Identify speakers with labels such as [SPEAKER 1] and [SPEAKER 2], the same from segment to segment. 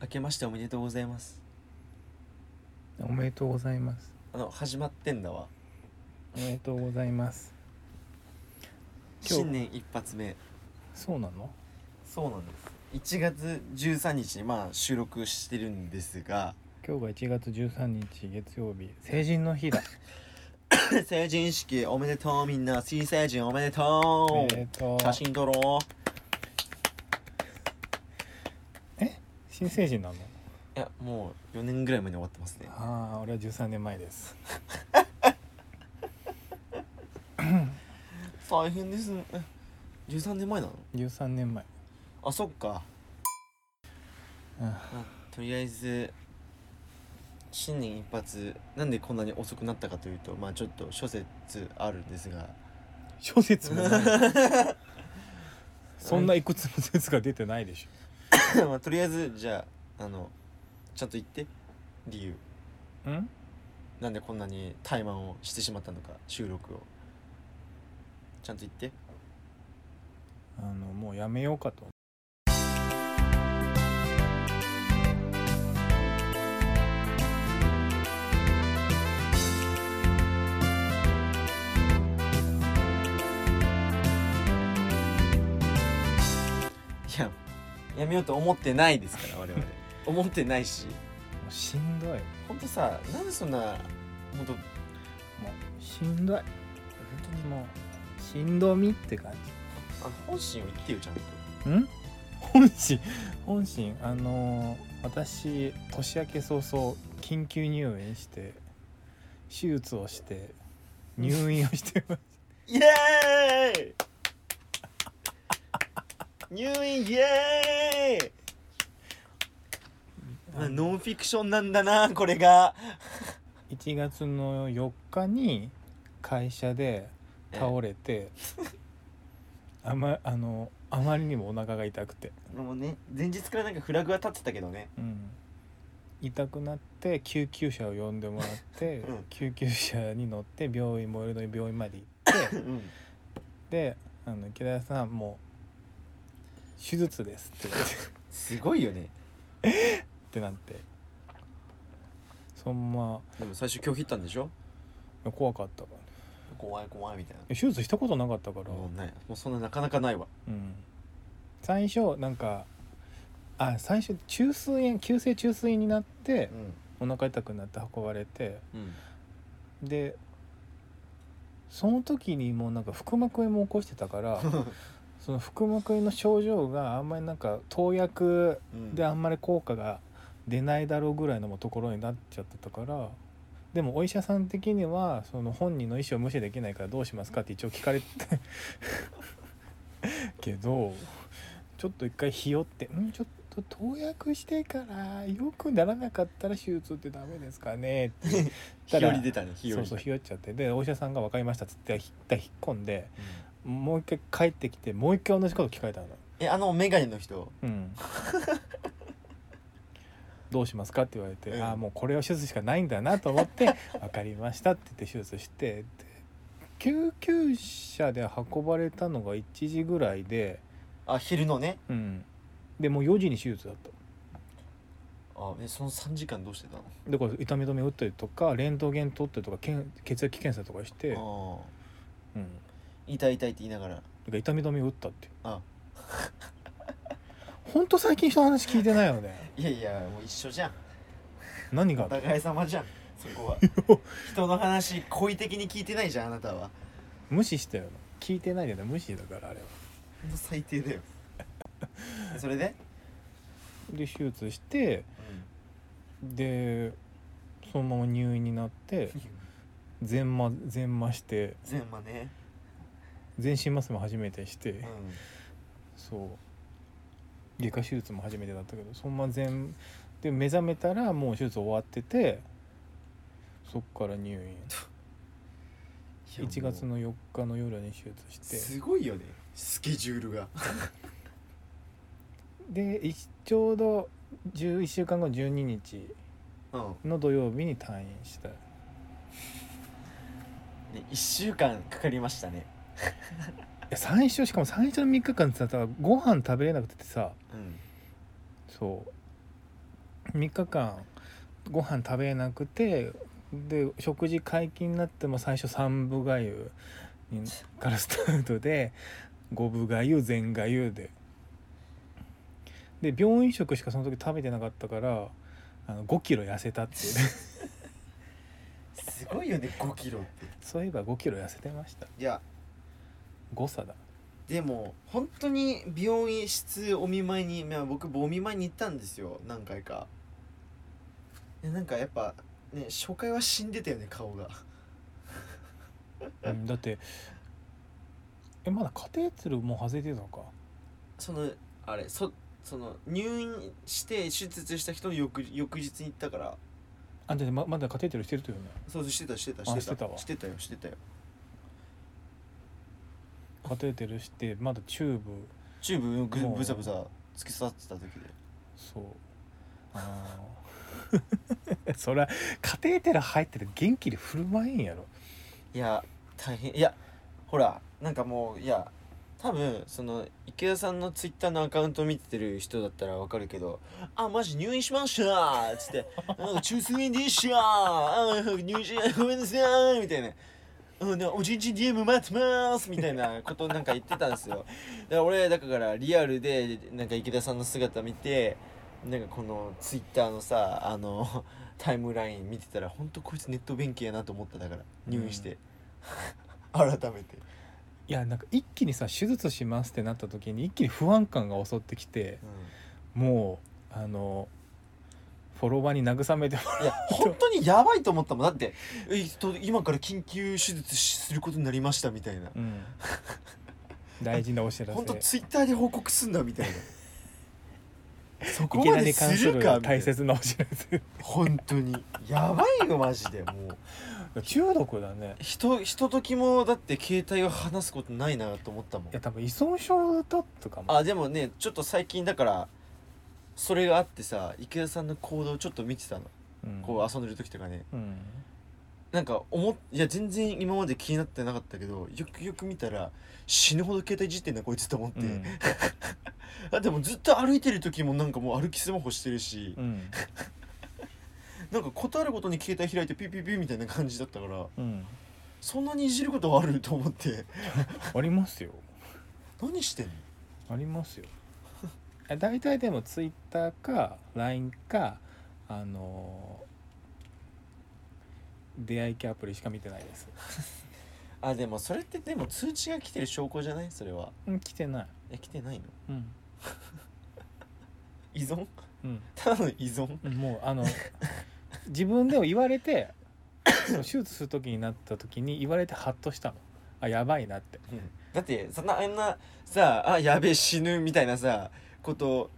[SPEAKER 1] 明けましておめでとうございます
[SPEAKER 2] おめでとうございます。
[SPEAKER 1] あの始まってんだわ
[SPEAKER 2] おめでとうございます。今日
[SPEAKER 1] 新年一発目
[SPEAKER 2] そうなの？
[SPEAKER 1] そうなんです1月13日にまあ収録してるんですが
[SPEAKER 2] 今日が1月13日月曜日、成人の日だ。
[SPEAKER 1] 成人式おめでとうみんな新成人おめでとう
[SPEAKER 2] おめでとう。
[SPEAKER 1] 写真撮ろ
[SPEAKER 2] 新成人なの？
[SPEAKER 1] ういやもう4年ぐらい前に終わってますね
[SPEAKER 2] ああ、俺は13年前です。
[SPEAKER 1] 大変ですねえ13年前なの
[SPEAKER 2] 13年前。
[SPEAKER 1] あそっか
[SPEAKER 2] うん
[SPEAKER 1] まあとりあえず新年一発なんでこんなに遅くなったかというとまあちょっと諸説あるんですが
[SPEAKER 2] 小説もない。 そんないくつも説が出てないでし
[SPEAKER 1] まあ、とりあえずじゃああのちゃんと言って理由
[SPEAKER 2] ょ。ん？
[SPEAKER 1] なんでこんなに怠慢をしてしまったのか収録をちゃんと言って
[SPEAKER 2] あのもうやめようかと。
[SPEAKER 1] いややめようと思ってないですから 我々思ってないし
[SPEAKER 2] もうしんどい。もう
[SPEAKER 1] ほんとさなんでそんなほんと
[SPEAKER 2] しんどい。本当にもうしんどみって感じ。
[SPEAKER 1] あの本心を言ってよちゃんと
[SPEAKER 2] ん本心本心あのー私年明け早々緊急入院して手術をして入院をしてます
[SPEAKER 1] イエ ーイ入院イエーイま あノンフィクションなんだなこれが
[SPEAKER 2] 1月の4日に会社で倒れてあまあのあまりにもお腹が痛くて、
[SPEAKER 1] でもね前日からなんかフラグは立ってたけどね
[SPEAKER 2] うん痛くなって救急車を呼んでもらって、
[SPEAKER 1] うん
[SPEAKER 2] 救急車に乗って病院最寄りの病院まで行って
[SPEAKER 1] うん
[SPEAKER 2] であの池田さんもう手術ですって言われて
[SPEAKER 1] すごいよね
[SPEAKER 2] ってなってそんま
[SPEAKER 1] でも最初拒否ったんでしょ
[SPEAKER 2] 怖かったから
[SPEAKER 1] 怖い怖いみたいな
[SPEAKER 2] 手術したことなかったから、
[SPEAKER 1] もうないもうそんななかなかないわ
[SPEAKER 2] うん最初なんかあ最初中枢炎急性中枢炎になって
[SPEAKER 1] う
[SPEAKER 2] お腹痛くなって運ばれて
[SPEAKER 1] んうん
[SPEAKER 2] でその時にもうなんか腹膜炎も起こしてたから その腹膜炎の症状があんまりなんか投薬
[SPEAKER 1] うん
[SPEAKER 2] であんまり効果が出ないだろうぐらいのもうところになっちゃってたからでもお医者さん的にはその本人の意思を無視できないからどうしますかって一応聞かれてけどちょっと一回ひよって「んちょっと投薬してからよくならなかったら手術ってダメですかね」って
[SPEAKER 1] 日和出たね日和
[SPEAKER 2] そうそうひよっちゃってでお医者さんが「分かりました」っつって一旦引っ込んでもう一回帰ってきてもう一回同じこと聞かれたの。
[SPEAKER 1] えあのメガネの人
[SPEAKER 2] うん、どうしますかって言われて、
[SPEAKER 1] うん
[SPEAKER 2] ああもうこれを手術しかないんだなと思って 「分かりました」って言って手術してで救急車で運ばれたのが1時ぐらいで、
[SPEAKER 1] あ昼のね
[SPEAKER 2] うん、でもう4時に手術だった
[SPEAKER 1] あえその3時間どうしてたの
[SPEAKER 2] だから痛み止め打ったりとかレントゲン取ったりとかけん血液検査とかして、うん、だか
[SPEAKER 1] ああ痛い痛いって言いながら
[SPEAKER 2] ら痛み止め打ったって
[SPEAKER 1] あ
[SPEAKER 2] 本当最近人の話聞いてないよね
[SPEAKER 1] いやいやもう一緒じゃん
[SPEAKER 2] 何があ
[SPEAKER 1] お
[SPEAKER 2] った
[SPEAKER 1] 互い様じゃんそこは 人の話故意的に聞いてないじゃんあなたは
[SPEAKER 2] 無視したよ聞いてないよね無視だからあれは。
[SPEAKER 1] ほんと最低 だよそれで
[SPEAKER 2] で手術してでそのまま入院になって全麻全麻して
[SPEAKER 1] 全麻ね
[SPEAKER 2] 全身麻酔も初めてし
[SPEAKER 1] う
[SPEAKER 2] て
[SPEAKER 1] ん
[SPEAKER 2] そう外科手術も初めてだったけどそのまま全で目覚めたらもう手術終わっててそっから入院
[SPEAKER 1] いや
[SPEAKER 2] 1月
[SPEAKER 1] も
[SPEAKER 2] の4日の夜に手
[SPEAKER 1] う
[SPEAKER 2] 術して
[SPEAKER 1] すごいよねスケジュールが
[SPEAKER 2] でいちょうど11週間後12日
[SPEAKER 1] うん
[SPEAKER 2] の土曜日に退院した
[SPEAKER 1] ね、1週間かかりましたね
[SPEAKER 2] いや最初しかも最初の3日間ってさご飯食べれなくてさ
[SPEAKER 1] うん
[SPEAKER 2] そう3日間ご飯食べなくてで食事解禁になっても最初3分がゆにからスタートで5分がゆ全がゆでで病院食しかその時食べてなかったからあの5キロ痩せたっていうね
[SPEAKER 1] すごいよね5キロって
[SPEAKER 2] そういえば5キロ痩せてました
[SPEAKER 1] いや
[SPEAKER 2] 誤差だ
[SPEAKER 1] でも本当に病院室お見舞いに、まあ、僕お見舞いに行ったんですよ何回かでなんかやっぱね初回は死んでたよね顔が
[SPEAKER 2] うん、だってえまだカテーテルもう外れてたのか
[SPEAKER 1] そのあれそその入院して手術した人の翌翌日に行ったから
[SPEAKER 2] あでままだカテーテルしてるというね
[SPEAKER 1] そうそうしてたしてた
[SPEAKER 2] あ
[SPEAKER 1] してた
[SPEAKER 2] してたわ
[SPEAKER 1] してたよしてたよ
[SPEAKER 2] カテーテルしてまだチューブ
[SPEAKER 1] チューブ
[SPEAKER 2] も
[SPEAKER 1] ぐ
[SPEAKER 2] う
[SPEAKER 1] ぶざぶざ突き刺さってた時で
[SPEAKER 2] そうあー そりゃカテーテル入ってて元気で振る舞えんやろ
[SPEAKER 1] いや大変いやほらなんかもういや多分その池田さんのツイッターのアカウント見てる人だったらわかるけど「あマジ入院しました」っつって「なんか中枢炎でしたあ入院しごめんなさい」みたいな。うん、おじんちん DM 待ってますみたいなことなんか言ってたんですよだから俺だからリアルでなんか池田さんの姿見てなんかこのツイッターのさあのタイムライン見てたら本当こいつネット弁慶やなと思っただから入院して、 改めて、
[SPEAKER 2] いやなんか一気にさ手術しますってなった時に一気に不安感が襲ってきてもうあのフォロワーに慰めてもら
[SPEAKER 1] いや本当にやばいと思ったもんだってえっと今から緊急手術することになりましたみたいな
[SPEAKER 2] う、うん、 大事なお知らせ
[SPEAKER 1] 本当ツイッターで報告すんだみたい なそこ
[SPEAKER 2] 池
[SPEAKER 1] ま
[SPEAKER 2] 田
[SPEAKER 1] で
[SPEAKER 2] に関
[SPEAKER 1] す
[SPEAKER 2] す
[SPEAKER 1] る
[SPEAKER 2] る
[SPEAKER 1] かみたい
[SPEAKER 2] 大
[SPEAKER 1] な
[SPEAKER 2] 切なお知らせ
[SPEAKER 1] 本当にやばいよマジでもう
[SPEAKER 2] 中毒だね
[SPEAKER 1] ひとひとときもだって携帯を離すことないなと思ったもん
[SPEAKER 2] いや多分依存症だとかも
[SPEAKER 1] あでもねちょっと最近だからそれがあってさ池田さんの行動をちょっと見てたの
[SPEAKER 2] うん
[SPEAKER 1] こう遊んでる時とかね
[SPEAKER 2] うん
[SPEAKER 1] なんか思っいや全然今まで気になってなかったけどよくよく見たら死ぬほど携帯いじってんなこいつと思って、
[SPEAKER 2] うん
[SPEAKER 1] あでもずっと歩いてる時もなんかもう歩きスマホしてるし、
[SPEAKER 2] うん
[SPEAKER 1] なんかことあることに携帯開いてピュピュピュみたいな感じだったから
[SPEAKER 2] うん
[SPEAKER 1] そんなにいじることはあると思って
[SPEAKER 2] ありますよ
[SPEAKER 1] 何してんの
[SPEAKER 2] ありますよえ大体でもツイッターか LINE かあのー出会い系アプリしか見てないです
[SPEAKER 1] あでもそれってでも通知が来てる証拠じゃないそれは
[SPEAKER 2] うん来てない
[SPEAKER 1] え来てないの
[SPEAKER 2] うん
[SPEAKER 1] 依存
[SPEAKER 2] うん
[SPEAKER 1] ただの依存
[SPEAKER 2] うんもうあの自分でも言われて その手術する時になった時に言われてハッとしたのあやばいなって
[SPEAKER 1] だってそんなあんなさあやべえ死ぬみたいなさこと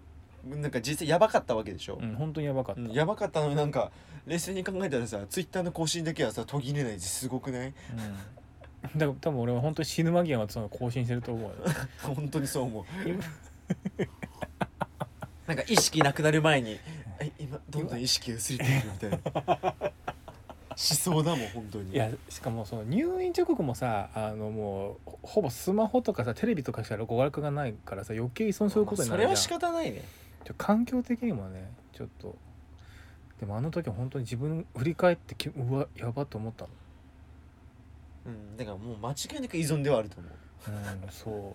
[SPEAKER 1] なんか実際やばかったわけでしょ、
[SPEAKER 2] うん本当にやばかった、
[SPEAKER 1] うんやばかったのになんか冷静に考えたらさツイッターの更新だけはさ途切れないですごくない
[SPEAKER 2] うんだから多分俺は本当に死ぬ間際はその更新してると思うよ
[SPEAKER 1] 本当にそう思う
[SPEAKER 2] 今
[SPEAKER 1] なんか意識なくなる前にえ今どんどん意識が薄れていくみたいなしそうだもん本当に
[SPEAKER 2] いやしかもその入院直後もさあのもうほほぼスマホとかさテレビとかしたら娯楽がないからさ余計依存することになるじゃん、
[SPEAKER 1] まあそれは仕方ないね
[SPEAKER 2] ちょ環境的にもねちょっとでもあの時は本当に自分振り返ってきうわやばと思ったの
[SPEAKER 1] うんだからもう間違いなく依存ではあると思う
[SPEAKER 2] うんそう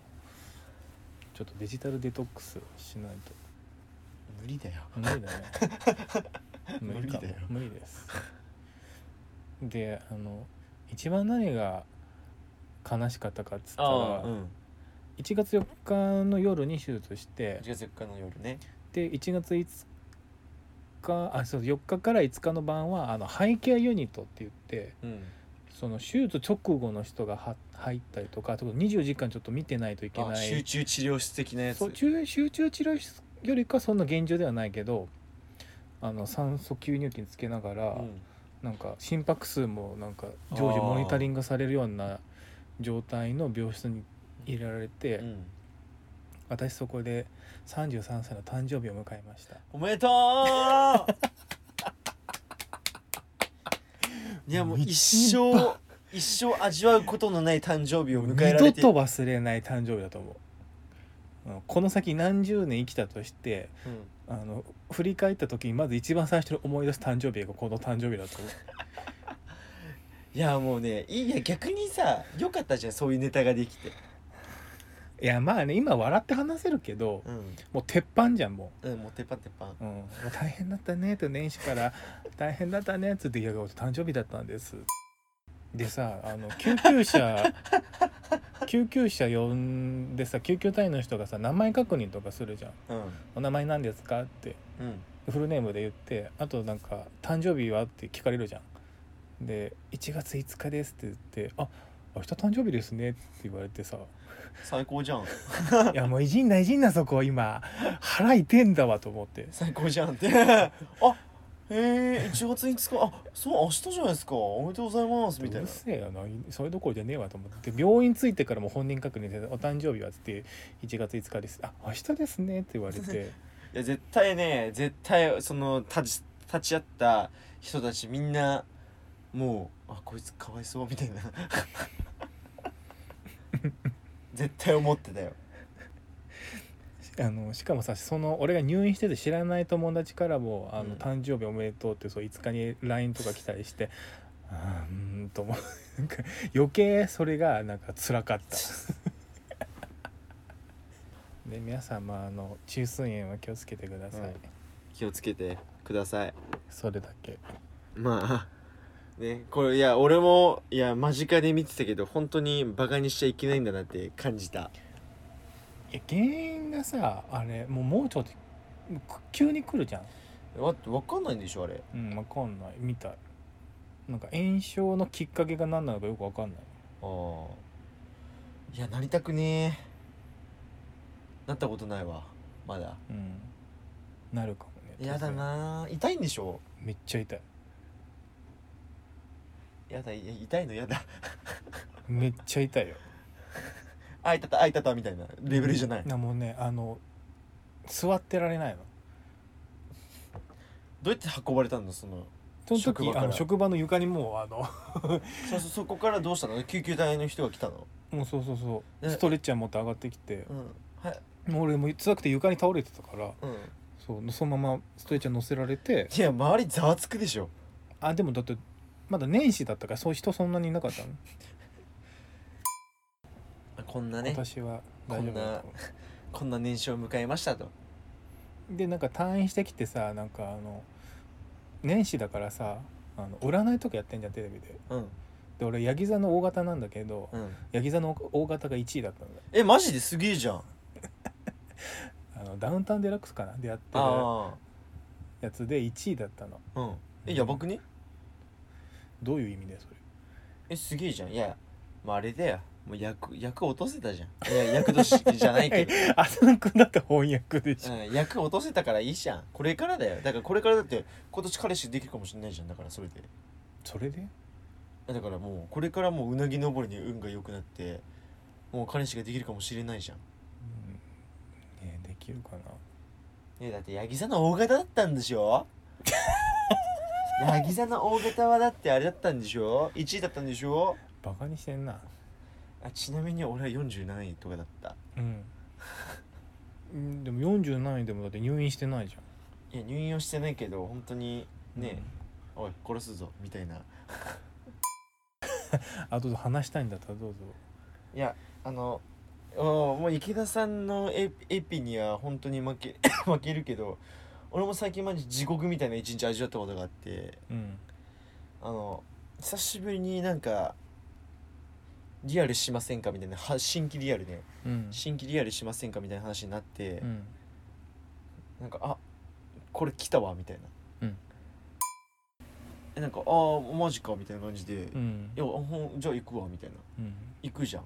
[SPEAKER 2] ちょっとデジタルデトックスしないと
[SPEAKER 1] 無理だよ
[SPEAKER 2] 無理だね 無理
[SPEAKER 1] 無理
[SPEAKER 2] か
[SPEAKER 1] だ
[SPEAKER 2] も
[SPEAKER 1] よ
[SPEAKER 2] 無理ですであの一番何が悲しかったかっつったら、
[SPEAKER 1] うん
[SPEAKER 2] 1月4日の夜に手術して
[SPEAKER 1] 1月4日の夜ね
[SPEAKER 2] で1月5日あそう4日から5日の晩はあの肺ケアユニットって言って
[SPEAKER 1] うん
[SPEAKER 2] その手術直後の人がは入ったりとかあと24時間ちょっと見てないといけ
[SPEAKER 1] あ
[SPEAKER 2] な
[SPEAKER 1] 集
[SPEAKER 2] い
[SPEAKER 1] 中治療室的なやつ
[SPEAKER 2] そう中集中治療室よりかそんな厳重ではないけどあの酸素吸入器につけながら、
[SPEAKER 1] うん
[SPEAKER 2] なんか心拍数もなんか常時モニタリングされるような状態の病室に入れられて。
[SPEAKER 1] うん
[SPEAKER 2] 私そこで33歳の誕生日を迎えました
[SPEAKER 1] おめ でとういやもう一生一生味わうことのない誕生日を迎えられ
[SPEAKER 2] 二
[SPEAKER 1] て
[SPEAKER 2] 度と忘れない誕生日だと思ううんこの先何十年生きたとして
[SPEAKER 1] うん
[SPEAKER 2] あの振り返った時にまず一番最初に思い出す誕生日がこの誕生日だと
[SPEAKER 1] いやもうねいいや逆にさ良かったじゃんそういうネタができて
[SPEAKER 2] いやまあね今笑って話せるけど
[SPEAKER 1] うん、
[SPEAKER 2] もう鉄板じゃんも
[SPEAKER 1] うん、もう鉄板鉄板
[SPEAKER 2] う、うん、もう大変だったねと年始から「大変だったね」っつって「いや俺誕生日だったんです」でさあの救急車 救急車呼んでさ救急隊員の人がさ名前確認とかするじゃん
[SPEAKER 1] うん
[SPEAKER 2] 「お名前なんですか?」って
[SPEAKER 1] うん
[SPEAKER 2] フルネームで言ってあとなんか「誕生日は?」って聞かれるじゃんで「1月5日です」って言って「あ明日誕生日ですね」って言われてさ
[SPEAKER 1] 最高じゃん
[SPEAKER 2] いやもういじんないじんなそこ今腹痛えんだわと思って
[SPEAKER 1] 最高じゃんって あへえ1月5日あそう明日じゃないですかおめでとうございますみた
[SPEAKER 2] う
[SPEAKER 1] いな
[SPEAKER 2] るせえよなそれどころじゃねえわと思って病院着いてからも本人確認で「お誕生日は?」って1月5日です」あ明日ですね」って言われ て
[SPEAKER 1] いや絶対ね絶対その立ち立ち会った人たちみんなもうあこいつかわいそうみたい な絶対思ってたよ
[SPEAKER 2] あのしかもさその俺が入院してて知らない友達からも「あの、
[SPEAKER 1] うん
[SPEAKER 2] 誕生日おめでとう」ってそう5日に LINE とか来たりして「あーうーん」と思うなんか余計それがなんか辛 かった。で皆さんもあの虫垂炎は気をつけてください、
[SPEAKER 1] うん気をつけてください
[SPEAKER 2] それだけ
[SPEAKER 1] まあねこれいや俺もいや間近で見てたけど本当にバカにしちゃいけないんだなって感じた
[SPEAKER 2] いや原因がさあれもう盲腸ってく急に来るじゃん
[SPEAKER 1] わ分かんないんでしょあれ
[SPEAKER 2] うんわかんないみたいなんか炎症のきっかけが何なのかよくわかんない
[SPEAKER 1] ああいやなりたくねえなったことないわまだ
[SPEAKER 2] うんなるかもね
[SPEAKER 1] やだな痛いんでしょ
[SPEAKER 2] めっちゃ痛い
[SPEAKER 1] やだいや痛いのやだ
[SPEAKER 2] めっちゃ痛いよ
[SPEAKER 1] あいたたあいたたみたいなレベルじゃない、ど
[SPEAKER 2] なもうねあの座ってられないの
[SPEAKER 1] うやって運ばれたのその
[SPEAKER 2] その時
[SPEAKER 1] 職場から
[SPEAKER 2] あの職場の床にもうあの
[SPEAKER 1] そそそこからどうしたの救急隊の人が来たの
[SPEAKER 2] もうそうそうそう
[SPEAKER 1] え
[SPEAKER 2] ストレッチャー持って上がってきて
[SPEAKER 1] うんはい
[SPEAKER 2] もう俺もう辛くて床に倒れてたから
[SPEAKER 1] うん
[SPEAKER 2] そうそのままストレッチャー乗せられて
[SPEAKER 1] いや周りざわつくでしょ
[SPEAKER 2] あでもだってまだ年始だったからそういう人そんなにいなかったの、
[SPEAKER 1] こんなね
[SPEAKER 2] 私は大丈夫だと思
[SPEAKER 1] こんな年始を迎えましたと
[SPEAKER 2] うでなんか退院してきてさなんかあの年始だからさあの占いとかやってんじゃんテレビで
[SPEAKER 1] うん
[SPEAKER 2] で俺ヤギ座の大型なんだけど
[SPEAKER 1] うん
[SPEAKER 2] ヤギ座の大型が1位だったんだ
[SPEAKER 1] えマジですげえじゃん
[SPEAKER 2] あのダウンタウンデラックスかなでやってる
[SPEAKER 1] あ
[SPEAKER 2] やつで1位だったの
[SPEAKER 1] あうんえやばくね
[SPEAKER 2] どういう意味だよそれ
[SPEAKER 1] えすげえじゃんいやまああれだよもう役役落とせたじゃんいや役年じゃないけど、
[SPEAKER 2] 浅野君だって翻訳でしょ、
[SPEAKER 1] うん、役落とせたからいいじゃんこれからだよだからこれからだって今年彼氏できるかもしれないじゃんだからそれで
[SPEAKER 2] それで
[SPEAKER 1] だからもうこれからもううなぎ登りに運が良くなってもう彼氏ができるかもしれないじゃん
[SPEAKER 2] うんねえできるかな
[SPEAKER 1] ねえだって八木さんの大型だったんでしょ八木さんの大型はだってあれだったんでしょ1位だったんでしょ
[SPEAKER 2] バカにしてんな
[SPEAKER 1] あちなみに俺は47位とかだった
[SPEAKER 2] うんうんでも47位でもだって入院してないじゃん
[SPEAKER 1] いや入院をしてないけど本当にねえ、おい殺すぞみたいな
[SPEAKER 2] あと話したいんだったらどうぞ
[SPEAKER 1] いやあのおもう池田さんのエエピには本当に負け 負けるけど俺も最近マジ地獄みたいな一日味わったことがあって
[SPEAKER 2] うん
[SPEAKER 1] あの久しぶりになんかリアルしませんかみたいなは新規リアルね
[SPEAKER 2] うん
[SPEAKER 1] 新規リアルしませんかみたいな話になって、
[SPEAKER 2] うん
[SPEAKER 1] なんかあこれ来たわみたいな、
[SPEAKER 2] うん
[SPEAKER 1] えなんかああマジかみたいな感じで、い
[SPEAKER 2] うん
[SPEAKER 1] やほんじゃあ行くわみたいな
[SPEAKER 2] うん
[SPEAKER 1] 行くじゃん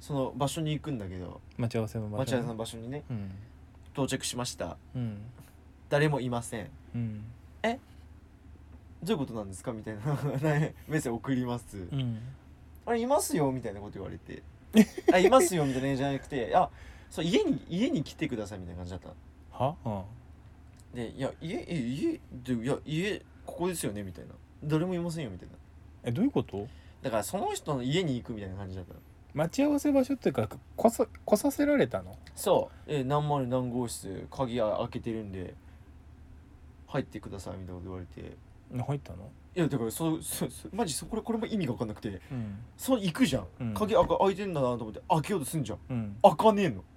[SPEAKER 1] その場所に行くんだけど
[SPEAKER 2] 待ち合わせの場
[SPEAKER 1] 待ち合わせ
[SPEAKER 2] の
[SPEAKER 1] の場所にね
[SPEAKER 2] うん
[SPEAKER 1] 到着しました
[SPEAKER 2] うん
[SPEAKER 1] 誰もいません
[SPEAKER 2] うん
[SPEAKER 1] どういうことなんですかみたいな ねメッセージ送ります、
[SPEAKER 2] うん
[SPEAKER 1] あれいますよみたいなこと言われ てあいますよみたいなじゃなくてあそう家に家に来てくださいみたいな感じだったの
[SPEAKER 2] はうん
[SPEAKER 1] でいや家え家でいや家ここですよねみたいな誰もいませんよみたいな
[SPEAKER 2] えどういうこと
[SPEAKER 1] だからその人の家に行くみたいな感じだったの
[SPEAKER 2] 待ち合わせ場所っていうか来さ来させられたの
[SPEAKER 1] そう「え何丸何号室鍵開けてるんで入ってください」みたいなこと言われて
[SPEAKER 2] 入ったの
[SPEAKER 1] いやだからそうそうそうマジそこれこれも意味が分かんなくて
[SPEAKER 2] うん
[SPEAKER 1] そう行くじゃん、
[SPEAKER 2] うん
[SPEAKER 1] 鍵開か開いてんだなと思って開けようとすんじゃん
[SPEAKER 2] うん
[SPEAKER 1] 開かねえの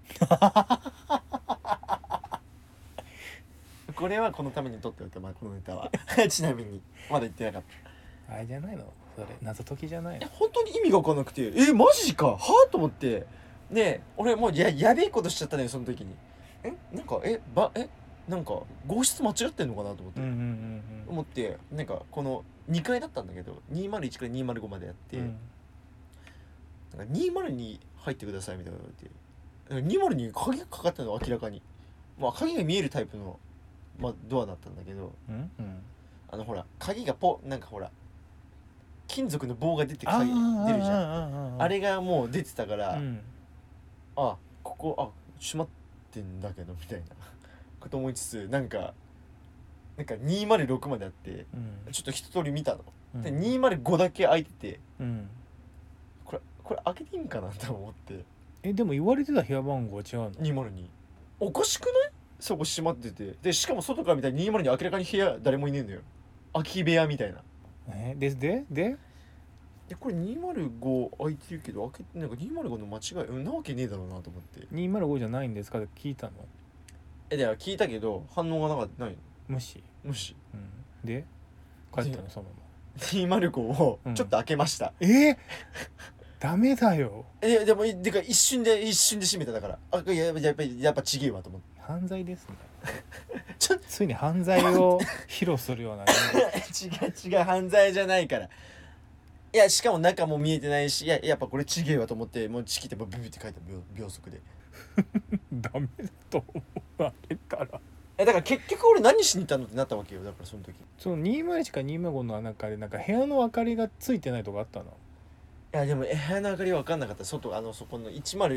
[SPEAKER 1] これはこのために撮っておいた、まあ、このネタは ちなみにまだ言ってなかった
[SPEAKER 2] あれじゃないのそれ謎解きじゃない
[SPEAKER 1] え
[SPEAKER 2] の
[SPEAKER 1] 本当に意味が分かんなくてえマジかはあと思ってねえ俺もうややべえことしちゃったねその時にえなんかえばえなんか合室間違ってんのかなと思って、
[SPEAKER 2] うんうんうんうん
[SPEAKER 1] 思ってなんかこの2階だったんだけど201から205までやって、
[SPEAKER 2] うん
[SPEAKER 1] なんか202入ってくださいみたいなこと言われてなんか202鍵がかかったの明らかにまあ鍵が見えるタイプの、まあ、ドアだったんだけど
[SPEAKER 2] うんうん
[SPEAKER 1] あのほら鍵がポなんかほら金属の棒が出て
[SPEAKER 2] あ
[SPEAKER 1] 鍵
[SPEAKER 2] ー
[SPEAKER 1] 出るじゃん
[SPEAKER 2] あー
[SPEAKER 1] あれがもう出てたから、
[SPEAKER 2] うん
[SPEAKER 1] あここあ閉まってんだけどみたいな こと思いつつなんかなんか206まであって
[SPEAKER 2] うん
[SPEAKER 1] ちょっと一通り見たの、
[SPEAKER 2] うん
[SPEAKER 1] で205だけ開いてて
[SPEAKER 2] うん
[SPEAKER 1] これこれ開けていいんかなと思って
[SPEAKER 2] えでも言われてた部屋番号は違うの
[SPEAKER 1] 202おかしくないそこ閉まっててでしかも外から見たら202明らかに部屋誰もいねえんだよ空き部屋みたいな
[SPEAKER 2] えででで
[SPEAKER 1] でこれ205開いてるけど開けてなんか205の間違いうんなわけねえだろうなと思って
[SPEAKER 2] 205じゃないんですかって聞いたの
[SPEAKER 1] えだから聞いたけど反応がなかったない
[SPEAKER 2] 無視、
[SPEAKER 1] もし
[SPEAKER 2] うん、で帰ったのそのまま
[SPEAKER 1] 205を
[SPEAKER 2] うん
[SPEAKER 1] ちょっと開けました、
[SPEAKER 2] えー、 ダメだよ
[SPEAKER 1] えでもいでか一瞬で一瞬で閉めただからあいややっぱやっぱやっぱちげえわと思って
[SPEAKER 2] 犯罪です ね
[SPEAKER 1] ちょ
[SPEAKER 2] ついに犯罪 を披露するような
[SPEAKER 1] 違う違う犯罪じゃないからいやしかも中も見えてないしいややっぱこれちげえわと思ってもうチキってブブブって書いた秒秒速で
[SPEAKER 2] ダメだと思われたら
[SPEAKER 1] えだから結局俺何しに行ったのってなったわけよだからその時い
[SPEAKER 2] その201か205の中でなんか部屋の明かりがついてないとこあったの
[SPEAKER 1] やでもえ部屋の明かりは分かんなかった外あのそこの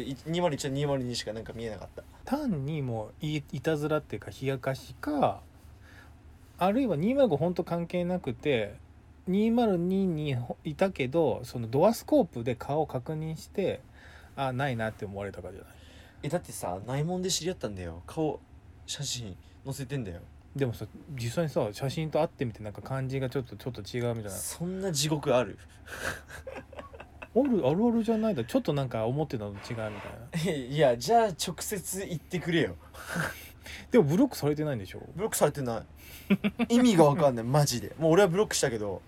[SPEAKER 1] 1012012002しかなんか見えなかった
[SPEAKER 2] 単にもういいたずらっていうか冷やかしかあるいは205ほんと関係なくて202にいたけどそのドアスコープで顔を確認してあないなって思われたからじゃない
[SPEAKER 1] えだってさ内門で知り合ったんだよ顔写真載せてんだよ
[SPEAKER 2] でもさ実際にさ写真と会ってみてなんか感じがちょっとちょっと違うみたいな
[SPEAKER 1] そんな地獄あ る
[SPEAKER 2] あるあるあるじゃないだちょっとなんか思ってたのと違うみたいない
[SPEAKER 1] やじゃあ直接言ってくれよ
[SPEAKER 2] でもブロックされてないんでしょ
[SPEAKER 1] ブロックされてない 意味が分かんないマジでもう俺はブロックしたけど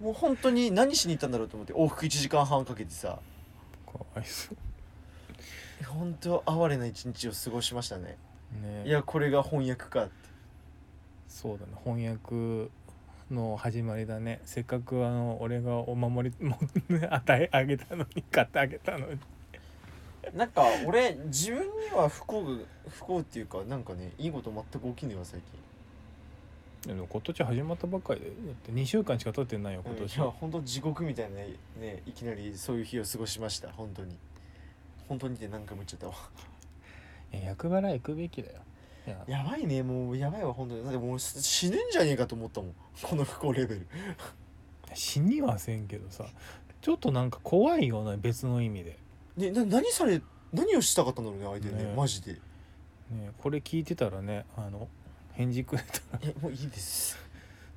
[SPEAKER 1] もう本当に何しに行ったんだろうと思って往復1時間半かけてさ
[SPEAKER 2] かわいそ
[SPEAKER 1] 本当哀れな一日を過ごしましたね
[SPEAKER 2] うね
[SPEAKER 1] いやこれが翻訳かって
[SPEAKER 2] そうだね翻訳の始まりだねせっかくあの俺がお守りも与えあげたのに買ってあげたのに
[SPEAKER 1] なんか俺自分には不幸が不幸っていうかなんかねいいこと全く起きねえわ最
[SPEAKER 2] でも今年始まったばっかりでだって2週間しか経ってないよ今
[SPEAKER 1] 近
[SPEAKER 2] 年、
[SPEAKER 1] いや本当地獄みたいなねいきなりそういう日を過ごしました本当に本当にって何回も言っちゃったわ
[SPEAKER 2] いや厄払い行くべきだよいや
[SPEAKER 1] やばいねもうやばいわ本当にだってもうす死ぬんじゃねえかと思ったもんこの不幸レベル
[SPEAKER 2] 死にはせんけどさちょっとなんか怖いような別の意味で、
[SPEAKER 1] ねな何され何をしたかったんだろうね相手ね
[SPEAKER 2] ね
[SPEAKER 1] マジで い
[SPEAKER 2] ね、これ聞いてたらねあの返事くれたら
[SPEAKER 1] やもういいです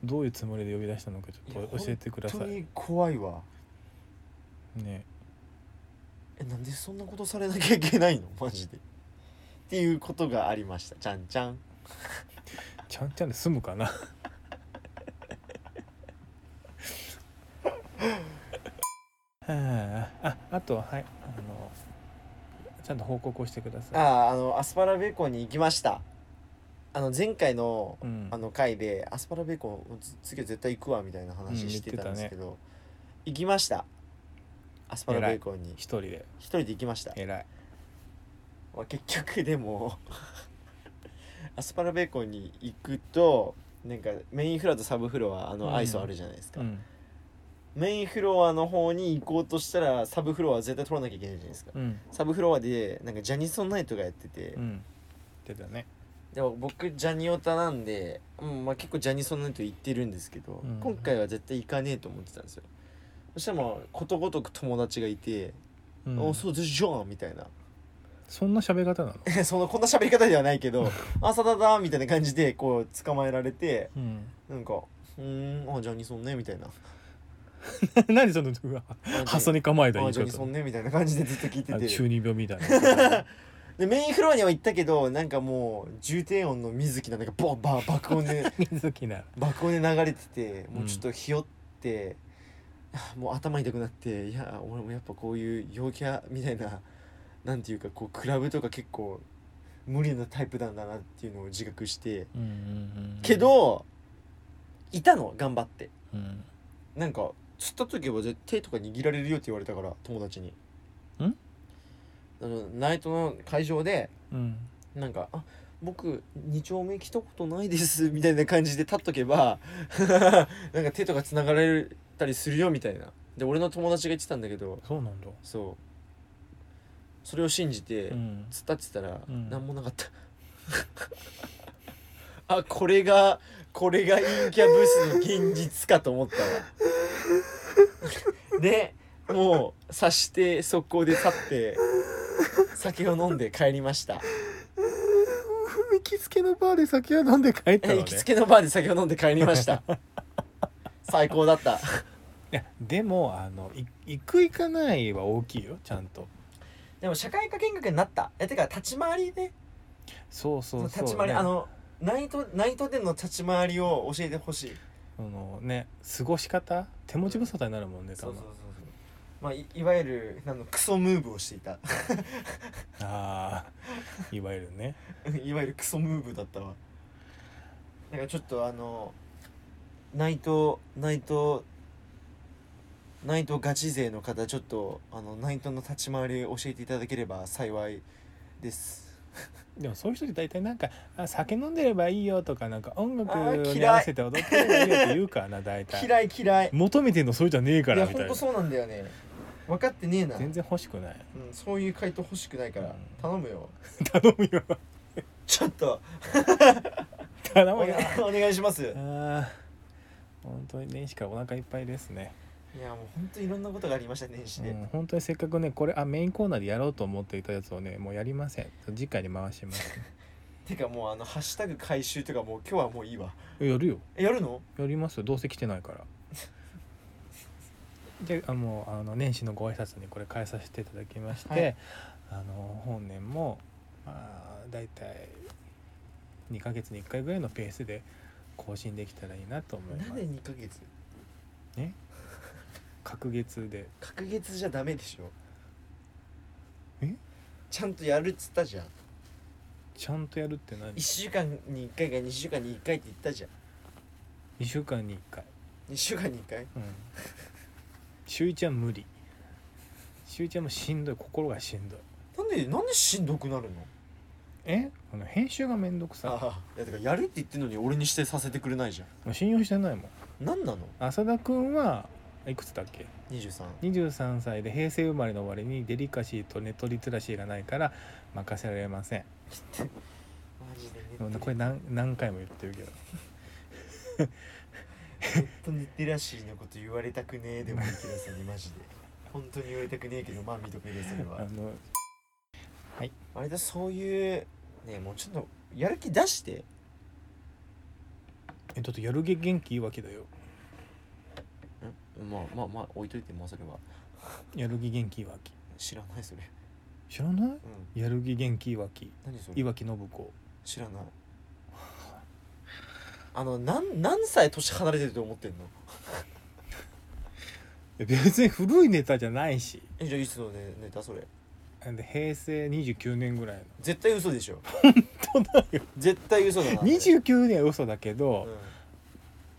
[SPEAKER 2] どういうつもりで呼び出したのかち
[SPEAKER 1] い
[SPEAKER 2] ょ
[SPEAKER 1] や
[SPEAKER 2] っと教えてくださ
[SPEAKER 1] 本当
[SPEAKER 2] い
[SPEAKER 1] に怖いわ
[SPEAKER 2] ね
[SPEAKER 1] えなんでそんなことされなきゃいけないのマジでっていうことがありましたちゃんちゃん
[SPEAKER 2] ちゃんちゃんで済むか なはあ、ああとははいあのちゃんと報告をしてくだ
[SPEAKER 1] あ
[SPEAKER 2] さい
[SPEAKER 1] ああのアスパラベーコンに行きましたあの前回の
[SPEAKER 2] うん
[SPEAKER 1] あの回でアスパラベーコンつ次は絶対行くわみたいな
[SPEAKER 2] う
[SPEAKER 1] 話
[SPEAKER 2] ん
[SPEAKER 1] してたんで
[SPEAKER 2] 言ってたね
[SPEAKER 1] すけど、行きましたアスパラベーコンに
[SPEAKER 2] 一人で
[SPEAKER 1] 一人で行きました
[SPEAKER 2] 偉い
[SPEAKER 1] まあ、結局でもアスパラベーコンに行くとなんかメインフロアとサブフロアあ
[SPEAKER 2] うん
[SPEAKER 1] のアイソあるじゃないですか、
[SPEAKER 2] うん
[SPEAKER 1] メインフロアの方に行こうとしたらサブフロアは絶対取らなきゃいけないじゃないですか
[SPEAKER 2] うん
[SPEAKER 1] サブフロアでなんかジャニソンナイトがやってて、
[SPEAKER 2] うん出たね
[SPEAKER 1] でも僕ジャニオタなんで、うんまあ、結構ジャニソンナイト行ってるんですけど、
[SPEAKER 2] うん
[SPEAKER 1] 今回は絶対行かねえと思ってたんですよそしたらまあことごとく友達がいて
[SPEAKER 2] う
[SPEAKER 1] 「
[SPEAKER 2] ん
[SPEAKER 1] おそうですじゃん」みたいな
[SPEAKER 2] そんな喋り方なの
[SPEAKER 1] そのこんな喋り方ではないけ ど「あさだだ」みたいな感じでこう捕まえられて
[SPEAKER 2] うん
[SPEAKER 1] なんか「うーんあジャニソンね」みたいな「
[SPEAKER 2] 何そのうわ
[SPEAKER 1] あ
[SPEAKER 2] ハソに構えた言
[SPEAKER 1] あ
[SPEAKER 2] い
[SPEAKER 1] ジャニソ
[SPEAKER 2] 方
[SPEAKER 1] ンね」みたいな感じでずっと聞いて
[SPEAKER 2] あ中
[SPEAKER 1] て
[SPEAKER 2] 二病みたいな
[SPEAKER 1] でメインフロアには行ったけどなんかもう重低音の水木なんかボンバー爆音で
[SPEAKER 2] 水木な
[SPEAKER 1] 爆音で流れててもうちょっとひよって、あもう頭痛くなっていや俺もやっぱこういう陽キャみたいななんていうかこうクラブとか結構無理なタイプなんだなっていうのを自覚して
[SPEAKER 2] うんうんうん
[SPEAKER 1] けど、いたの頑張って
[SPEAKER 2] うん
[SPEAKER 1] なんか釣った時は絶対手とか握られるよって言われたから友達に
[SPEAKER 2] ん
[SPEAKER 1] あのナイトの会場で
[SPEAKER 2] うん
[SPEAKER 1] なんか「あ僕2丁目来たことないです」 みたいな感じで立っとけば なんか手とかつながれたりするよみたいなで俺の友達が言ってたんだけど
[SPEAKER 2] そうなんだ
[SPEAKER 1] そうそれを信じて
[SPEAKER 2] うん
[SPEAKER 1] 突っ立ってたら
[SPEAKER 2] うん
[SPEAKER 1] 何もなかった、 あこれがこれが陰キャブスの現実かと思ったわでもう察して速攻で立って酒を飲んで帰りました
[SPEAKER 2] 行きつけのバーで酒は飲んで帰ったの
[SPEAKER 1] え
[SPEAKER 2] ね
[SPEAKER 1] 行きつけのバーで酒を飲んで帰りました 最高だった
[SPEAKER 2] いやでもあのい行く行かないは大きいよちゃんと
[SPEAKER 1] でも社会科見学になったえてか立ち回りね
[SPEAKER 2] そうそうそう
[SPEAKER 1] 立ち回り
[SPEAKER 2] ね
[SPEAKER 1] あのナイトナイトでの立ち回りを教えてほしい
[SPEAKER 2] そのね過ごし方手持ち無沙汰になるもんね多
[SPEAKER 1] そうそう
[SPEAKER 2] 分
[SPEAKER 1] そうそうまあいいわゆるあのクソムーブをしていた
[SPEAKER 2] ああいわゆるね
[SPEAKER 1] いわゆるクソムーブだったわだからちょっとあのナイトナイトナイトガチ勢の方ちょっとあのナイトの立ち回り教えていただければ幸いです
[SPEAKER 2] でもそういう人って大体なんか「あ酒飲んでればいいよ」とかなんか音楽
[SPEAKER 1] あー嫌い
[SPEAKER 2] に合わせて踊ってればいいよって言うからな大体
[SPEAKER 1] 嫌い嫌い
[SPEAKER 2] 求めてんのそうじゃねえか
[SPEAKER 1] い
[SPEAKER 2] ら
[SPEAKER 1] や
[SPEAKER 2] みた
[SPEAKER 1] ほん
[SPEAKER 2] い
[SPEAKER 1] と
[SPEAKER 2] な
[SPEAKER 1] そうなんだよね分かってねえな、う
[SPEAKER 2] 全
[SPEAKER 1] ん、
[SPEAKER 2] 然欲しくない
[SPEAKER 1] そういう回答欲しくないから、
[SPEAKER 2] うん
[SPEAKER 1] 頼むよ
[SPEAKER 2] 頼むよ
[SPEAKER 1] ちょっと
[SPEAKER 2] 頼
[SPEAKER 1] お
[SPEAKER 2] むよ
[SPEAKER 1] 願お願いし ますいや
[SPEAKER 2] ああ本当に年始からお腹いっぱいですね、
[SPEAKER 1] もうほんといろんなことがありましたね年始
[SPEAKER 2] う
[SPEAKER 1] で、
[SPEAKER 2] ん、本当にせっかくねこれあメインコーナーでやろうと思っていたやつをねもうやりません次回に回します
[SPEAKER 1] てかもうあの「ハッシュタグ回収」とかもう今日はもういいわ
[SPEAKER 2] えやるよ
[SPEAKER 1] えやるの
[SPEAKER 2] やりますよどうせ来てない からであもうあの年始のご挨拶にこれ変えさせていただきまして、
[SPEAKER 1] はい
[SPEAKER 2] あの本年もまあ大体2ヶ月に1回ぐらいのペースで更新できたらいいなと思い
[SPEAKER 1] な
[SPEAKER 2] ま
[SPEAKER 1] んです2ヶ月
[SPEAKER 2] 隔月で
[SPEAKER 1] 隔月じゃダメでしょ
[SPEAKER 2] え
[SPEAKER 1] ちゃんとやるっつったじゃん
[SPEAKER 2] ちゃんとやるって何
[SPEAKER 1] 1週間に1回か2週間に1回って言ったじゃん
[SPEAKER 2] 2週間に1回、
[SPEAKER 1] 2週間に1回
[SPEAKER 2] うん、週1は無理週1はもうしんどい心がしんどい
[SPEAKER 1] なんでなんでしんどくなるの
[SPEAKER 2] えあの編集がめんどくさい
[SPEAKER 1] ああいやてかやるって言ってんのに俺にしてさせてくれないじゃん
[SPEAKER 2] もう信用してないもん
[SPEAKER 1] 何なの
[SPEAKER 2] 浅田くんはいくつだっけ
[SPEAKER 1] 23
[SPEAKER 2] 23歳で平成生まれの割にデリカシーとネットリテラシーがないから任せられません
[SPEAKER 1] マジでネット
[SPEAKER 2] これ何何回も言ってるけど
[SPEAKER 1] ネットリテラシーのこと言われたくねえでもいいけどさねマジで本当に言われたくねえけどまあ見とけでそれは
[SPEAKER 2] あの
[SPEAKER 1] あれだそういうねえもうちょっとやる気出して
[SPEAKER 2] えちょっとやる気元気いいわけだよ
[SPEAKER 1] まあまあまあ置いといてもそれは
[SPEAKER 2] やる気元気いわき
[SPEAKER 1] 知らないそれ
[SPEAKER 2] 知らない
[SPEAKER 1] うん
[SPEAKER 2] やる気元気いわき
[SPEAKER 1] 何そ
[SPEAKER 2] い
[SPEAKER 1] れ
[SPEAKER 2] わき信子
[SPEAKER 1] 知らないあの何何歳年離れてると思ってんの
[SPEAKER 2] え別に古いネタじゃないし
[SPEAKER 1] えじゃあいつのねネタそれ
[SPEAKER 2] で平成29年ぐらいの
[SPEAKER 1] 絶対嘘で しょ
[SPEAKER 2] 本当だよ
[SPEAKER 1] 絶対嘘だな
[SPEAKER 2] 29年は嘘だけ
[SPEAKER 1] う
[SPEAKER 2] ど
[SPEAKER 1] ん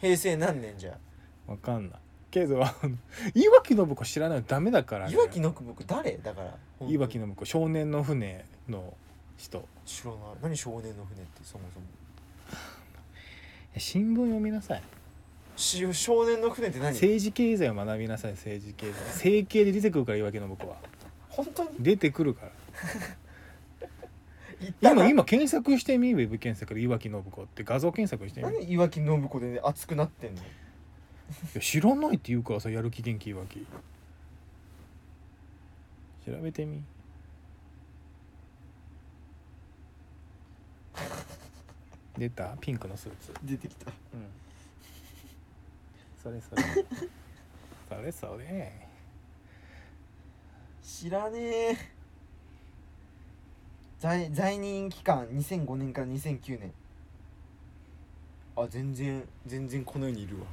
[SPEAKER 1] 平成何年じゃ
[SPEAKER 2] わかんないけどあのいわき信子知らないのダメだからね
[SPEAKER 1] いわきの僕誰だから本当に
[SPEAKER 2] いわきの向こう少年の船の人
[SPEAKER 1] 知らない何少年の船ってそもそも
[SPEAKER 2] 新聞読みなさい
[SPEAKER 1] し少年の船って何
[SPEAKER 2] 政治経済を学びなさい政治経済政経で出てくるからいわきの向こうは
[SPEAKER 1] 本当に
[SPEAKER 2] 出てくるから
[SPEAKER 1] 言ったな
[SPEAKER 2] 今今検索してみウェブ検索でいわき信子って画像検索してみ
[SPEAKER 1] 何いわき信子で、ね、熱くなってんの
[SPEAKER 2] や知らないって言うからさやる気元気いわけ調べてみ出たピンクのスーツ
[SPEAKER 1] 出てきた
[SPEAKER 2] うんそれそれ それそれ
[SPEAKER 1] 知らねえ在在任期間2005年から2009年あ全然全然この世にいるわ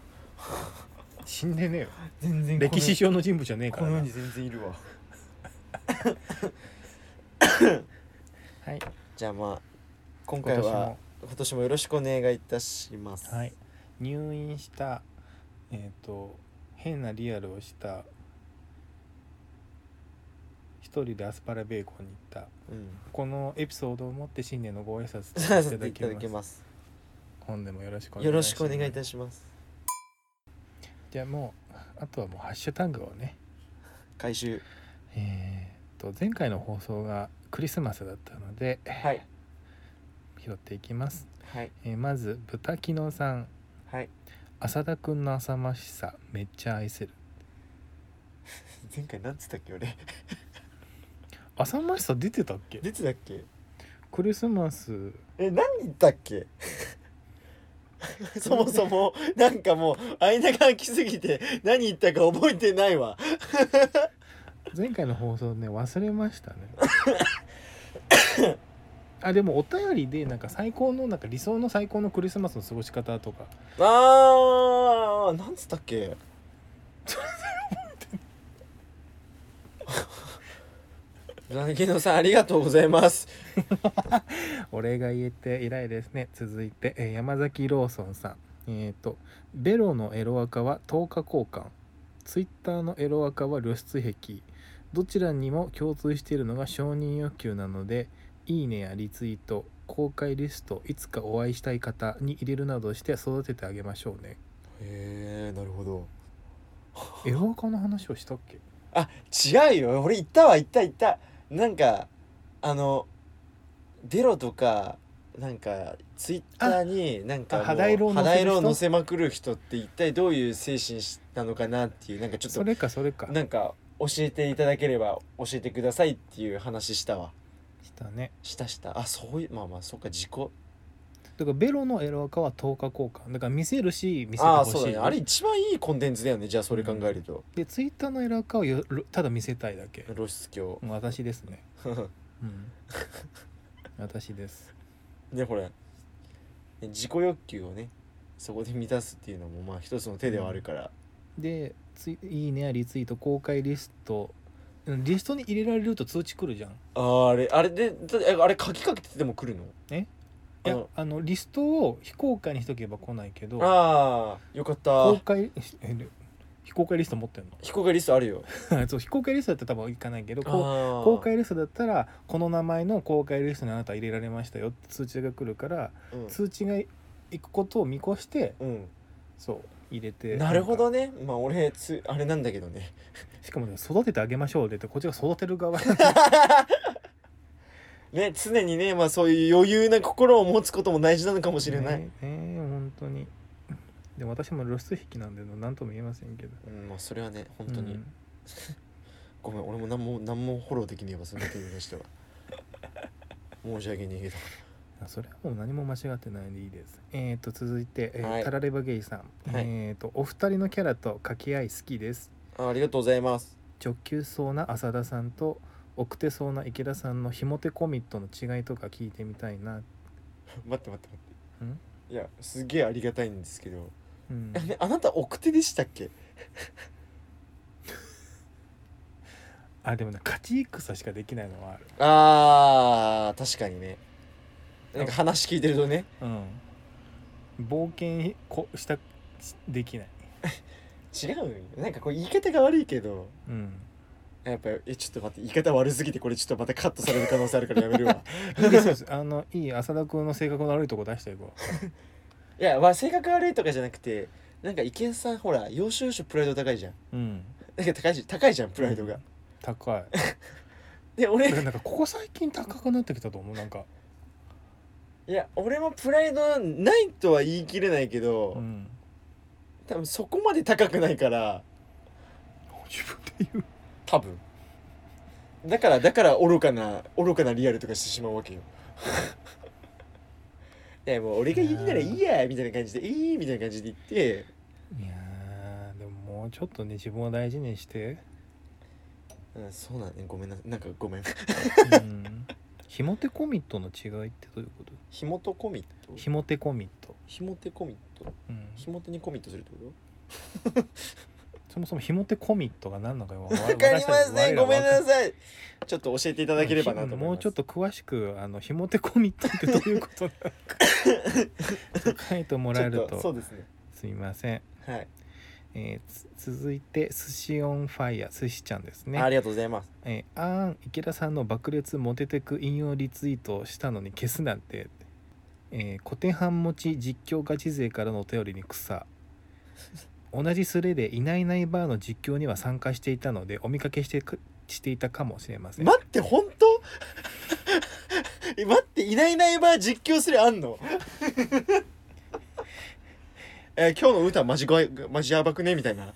[SPEAKER 2] 死んでねえよ
[SPEAKER 1] 全然この
[SPEAKER 2] 歴史上の人物じゃねえか
[SPEAKER 1] こ
[SPEAKER 2] ら
[SPEAKER 1] の世
[SPEAKER 2] な
[SPEAKER 1] に全然いるわ
[SPEAKER 2] はい
[SPEAKER 1] じゃあまあ今
[SPEAKER 2] 今
[SPEAKER 1] 回
[SPEAKER 2] 年
[SPEAKER 1] は
[SPEAKER 2] も
[SPEAKER 1] 今年もよろしくお願いいたします
[SPEAKER 2] はい入院したえっ、と変なリアルをした一人でアスパラベーコンに行った
[SPEAKER 1] うん
[SPEAKER 2] このエピソードをもって新年のご挨拶と
[SPEAKER 1] さ
[SPEAKER 2] さ
[SPEAKER 1] せ
[SPEAKER 2] せ
[SPEAKER 1] て
[SPEAKER 2] て
[SPEAKER 1] い
[SPEAKER 2] い
[SPEAKER 1] た
[SPEAKER 2] た
[SPEAKER 1] だ
[SPEAKER 2] だ
[SPEAKER 1] き
[SPEAKER 2] き
[SPEAKER 1] ま
[SPEAKER 2] ます
[SPEAKER 1] す
[SPEAKER 2] 本でもよろしくお願い
[SPEAKER 1] よろしくお願いい
[SPEAKER 2] した
[SPEAKER 1] します
[SPEAKER 2] ますじゃあもうあとはもうハッシュタグをね
[SPEAKER 1] 回収
[SPEAKER 2] えーと前回の放送がクリスマスだったので、
[SPEAKER 1] はい
[SPEAKER 2] 拾っていきます、
[SPEAKER 1] はい
[SPEAKER 2] えーまず豚キノさん
[SPEAKER 1] はい
[SPEAKER 2] 浅田くんの浅ましさめっちゃ愛せる
[SPEAKER 1] 前回なんつったっけ俺
[SPEAKER 2] 浅ましさ出てたっけ
[SPEAKER 1] 出てたっけ
[SPEAKER 2] クリスマス
[SPEAKER 1] え何言ったっけ そもそもなんかもう間が空きすぎて何言ったか覚えてないわ
[SPEAKER 2] 前回の放送ね忘れましたねあでもお便りでなんか最高のなんか理想の最高のクリスマスの過ごし方とか
[SPEAKER 1] あーなんつったっけ ザキノさんありがとうございます
[SPEAKER 2] お礼が言えて以来ですね続いて、えー山崎ローソンさんえっ、と「ベロのエロアカは10日交換」「ツイッターのエロアカは露出癖」どちらにも共通しているのが承認欲求なので「いいね」やリツイート公開リストいつかお会いしたい方に入れるなどして育ててあげましょ うね
[SPEAKER 1] へえなるほど
[SPEAKER 2] エロアカの話をしたっけ
[SPEAKER 1] あ違うよ俺行ったわ行った行ったなんかあのベロとかなんかツイッターになんか
[SPEAKER 2] あ
[SPEAKER 1] もう
[SPEAKER 2] 肌色を載せる人
[SPEAKER 1] 肌色を載せまくる人って一体どういう精神なのかなっていうなんかちょっ
[SPEAKER 2] そ
[SPEAKER 1] と
[SPEAKER 2] れかそれか
[SPEAKER 1] なんか教えていただければ教えてくださいっていう話したわ
[SPEAKER 2] したね
[SPEAKER 1] したしたあそういうまあまあそっか自己
[SPEAKER 2] だからベロのエロアカは10日交換だから見せるし見せて
[SPEAKER 1] あ
[SPEAKER 2] ほ
[SPEAKER 1] あ
[SPEAKER 2] しい
[SPEAKER 1] そうだねあれ一番いいコンテンツだよねじゃあそれ考えると、
[SPEAKER 2] でツイッターのエロアカをよろただ見せたいだけ
[SPEAKER 1] 露出狂
[SPEAKER 2] もう私ですねうん私です
[SPEAKER 1] ねほらね自己欲求をねそこで満たすっていうのもまあ一つの手ではあるから、
[SPEAKER 2] でツイいいねやリツイート公開リストうんリストに入れられると通知来るじゃん
[SPEAKER 1] あーあれあれでだえあれ書きかけてても来るの
[SPEAKER 2] いや
[SPEAKER 1] あ
[SPEAKER 2] あのリストを非公開にしとけば来ないけど
[SPEAKER 1] ああよかっ
[SPEAKER 2] 公
[SPEAKER 1] た
[SPEAKER 2] 開え非公開リスト持ってん
[SPEAKER 1] 非公開リストあるよ
[SPEAKER 2] の そう非公開リストだったら多分いかないけどこう
[SPEAKER 1] あー
[SPEAKER 2] 公開リストだったらこの名前の公開リストにあなた入れられましたよって通知が来るから通知が行くことを見越して
[SPEAKER 1] うん、
[SPEAKER 2] そう入れ
[SPEAKER 1] う
[SPEAKER 2] て
[SPEAKER 1] ん、なるほど
[SPEAKER 2] んか
[SPEAKER 1] ねまあ俺つあれなんだけどね
[SPEAKER 2] しかもね育ててあげましょうでってこっちが育てる側
[SPEAKER 1] ね常にねまあそういう余裕な心を持つことも大事なのかもしれない、
[SPEAKER 2] ねね本当にでも私も露出癖なんで何とも言えませんけど
[SPEAKER 1] うんまあそれはね本当に、
[SPEAKER 2] うん
[SPEAKER 1] ごめん俺も何も何もフォローできねえわその件に関して は申し訳ねえけど
[SPEAKER 2] あそれはもう何も間違ってないんでいいですえっ、と続いて、えー
[SPEAKER 1] はい
[SPEAKER 2] タラレバゲイさん、
[SPEAKER 1] はい
[SPEAKER 2] えっ、とお二人のキャラと掛け合い好きです
[SPEAKER 1] あありがとうございます。
[SPEAKER 2] 直球そうな浅田さんと奥手そうな池田さんのひも手コミットの違いとか聞いてみたいな、
[SPEAKER 1] 待って待って待って。いや、すげえありがたいんですけど。
[SPEAKER 2] うん
[SPEAKER 1] あねあなた奥手でしたっけ
[SPEAKER 2] あでもね勝ち戦しかできないのはある、
[SPEAKER 1] あー、確かにね。なんか話聞いてるとね。
[SPEAKER 2] うん、冒険こしたしできない、
[SPEAKER 1] 違うよ。なんかこう言い方が悪いけど。
[SPEAKER 2] うん、
[SPEAKER 1] やっぱ、え、ちょっと待って、言い方悪すぎて、これちょっとまたカットされる可能性あるからやめるわ。
[SPEAKER 2] いいですよあのいい浅田君の性格の悪いとこ出していこ
[SPEAKER 1] いや、まあ、性格悪いとかじゃなくて、なんか池江さん、ほら、要所要所プライド高いじゃん。
[SPEAKER 2] う、うん、
[SPEAKER 1] なんか高いじ高いじゃん、プライドが。
[SPEAKER 2] 高い
[SPEAKER 1] で、俺
[SPEAKER 2] だか、らなんかここ最近高くなってきたと思うなんか、
[SPEAKER 1] いや、俺もプライドないとは言い切れないけど、
[SPEAKER 2] うん、
[SPEAKER 1] 多分そこまで高くないから
[SPEAKER 2] 自分で言う
[SPEAKER 1] 多分だからだから愚かな愚かなリアルとかしてしまうわけよ いやもう俺が言うならいいやみたいな感じで「いい」みたいな感じで言って
[SPEAKER 2] いやーでももうちょっとね自分を大事にして、
[SPEAKER 1] うん、そうなんねごめんななんかごめん
[SPEAKER 2] うん、ひもてコミットの違いってどういうこと
[SPEAKER 1] ひもとコミット
[SPEAKER 2] ひもてコミット、
[SPEAKER 1] ひもてコミット
[SPEAKER 2] うん、
[SPEAKER 1] ひもてにコミットするってこと
[SPEAKER 2] そもそもひもてコミットが何なのかわ
[SPEAKER 1] わかりませんごめんな
[SPEAKER 2] さい
[SPEAKER 1] さいちょっと教えていただければなと思います
[SPEAKER 2] もうちょっと詳しくあのひもてコミットってどういうことな のか書いてもらえ
[SPEAKER 1] ちょ
[SPEAKER 2] る
[SPEAKER 1] っそう
[SPEAKER 2] と
[SPEAKER 1] ですね
[SPEAKER 2] すみません、
[SPEAKER 1] はい、
[SPEAKER 2] えーつ続いて寿司オンファイヤー寿司ちゃんですね
[SPEAKER 1] ありがとうございます
[SPEAKER 2] えー、あーん池田さんの爆裂モテテク引用リツイートをしたのに消すなんて、えー、古典版持ち実況ガチ勢からのお便りに草同じスレでいないいないバーの実況には参加していたのでお見かけしてくしていたかもしれません、
[SPEAKER 1] 待って本当 え待っていないいないば実況するあんの え今日の歌マジごいマジやばくねみたいな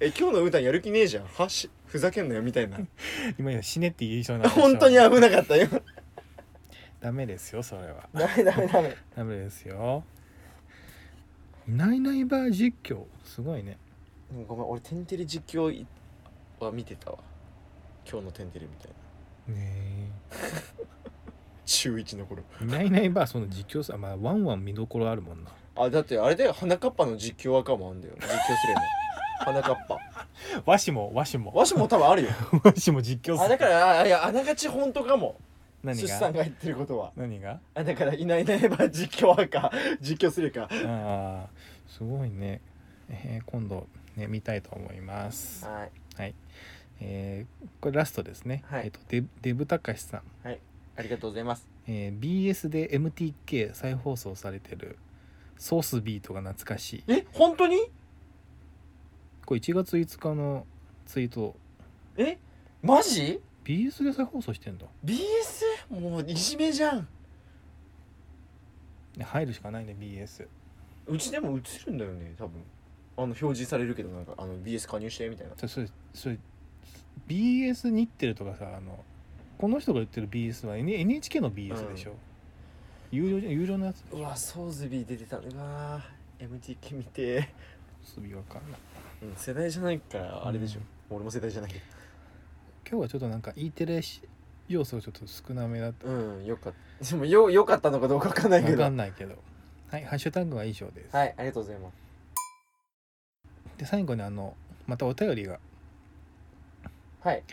[SPEAKER 1] え今日の歌やる気ねえじゃんはしふざけんなよみたいな
[SPEAKER 2] 今死ねって言いそうな
[SPEAKER 1] 本当に危なかったよ
[SPEAKER 2] ダメですよそれは
[SPEAKER 1] ダメダメダメ
[SPEAKER 2] ダメですよいないいないバー実況すごいね
[SPEAKER 1] でもごめん俺テンテレ実況いは見てたわ今日のテンテレみたいな
[SPEAKER 2] ね
[SPEAKER 1] 中1の頃
[SPEAKER 2] えいないいないバーその実況さまあワンワン見どころあるもんな
[SPEAKER 1] あだってあれだよ花かっぱの実況アカもあんだよ実況すれば花かっぱ
[SPEAKER 2] わしもわしも
[SPEAKER 1] わしも多分あるよ
[SPEAKER 2] わしも実況す
[SPEAKER 1] あ
[SPEAKER 2] る
[SPEAKER 1] だからあいやあながち本当かも
[SPEAKER 2] 何
[SPEAKER 1] 寿司さん
[SPEAKER 2] が
[SPEAKER 1] が言ってることは
[SPEAKER 2] 何が
[SPEAKER 1] あだからいないいないば 実況アカ実況すれか
[SPEAKER 2] ああすごいね、えー今度ね見たいと思います、
[SPEAKER 1] はい
[SPEAKER 2] えーこれラストですね、
[SPEAKER 1] はい
[SPEAKER 2] えっとデデブたかしさん、
[SPEAKER 1] ありがとうございます
[SPEAKER 2] えー BS で MTK 再放送されてるソースビートが懐かしい
[SPEAKER 1] え本当に
[SPEAKER 2] これ1月5日のツイート
[SPEAKER 1] えマジ
[SPEAKER 2] BS で再放送してんだ
[SPEAKER 1] BS もういじめじゃん
[SPEAKER 2] ね入るしかないね BS
[SPEAKER 1] うちでも映るんだよね多分あの表示されるけどなんかあの BS 加入してみたいな
[SPEAKER 2] それそれそれ BS 日テレとかさあのこの人が言ってる BS は N- NHK の BS でしょ、有料じゃ有料のやつ
[SPEAKER 1] うわソーズビー出てたのが MTK 見て、
[SPEAKER 2] すみわかんない
[SPEAKER 1] うん、世代じゃないからあれでしょ、俺も世代じゃないけ
[SPEAKER 2] 今日はちょっとなんか E テレし要素がちょっと少なめだっ
[SPEAKER 1] どうんよかったでもよよかったのかどうかわかんな
[SPEAKER 2] た
[SPEAKER 1] いけど
[SPEAKER 2] わか
[SPEAKER 1] はい
[SPEAKER 2] んないけどはいハッシュタグは以上です、
[SPEAKER 1] ありがとうございます
[SPEAKER 2] で最後にあのまたお便りが
[SPEAKER 1] はい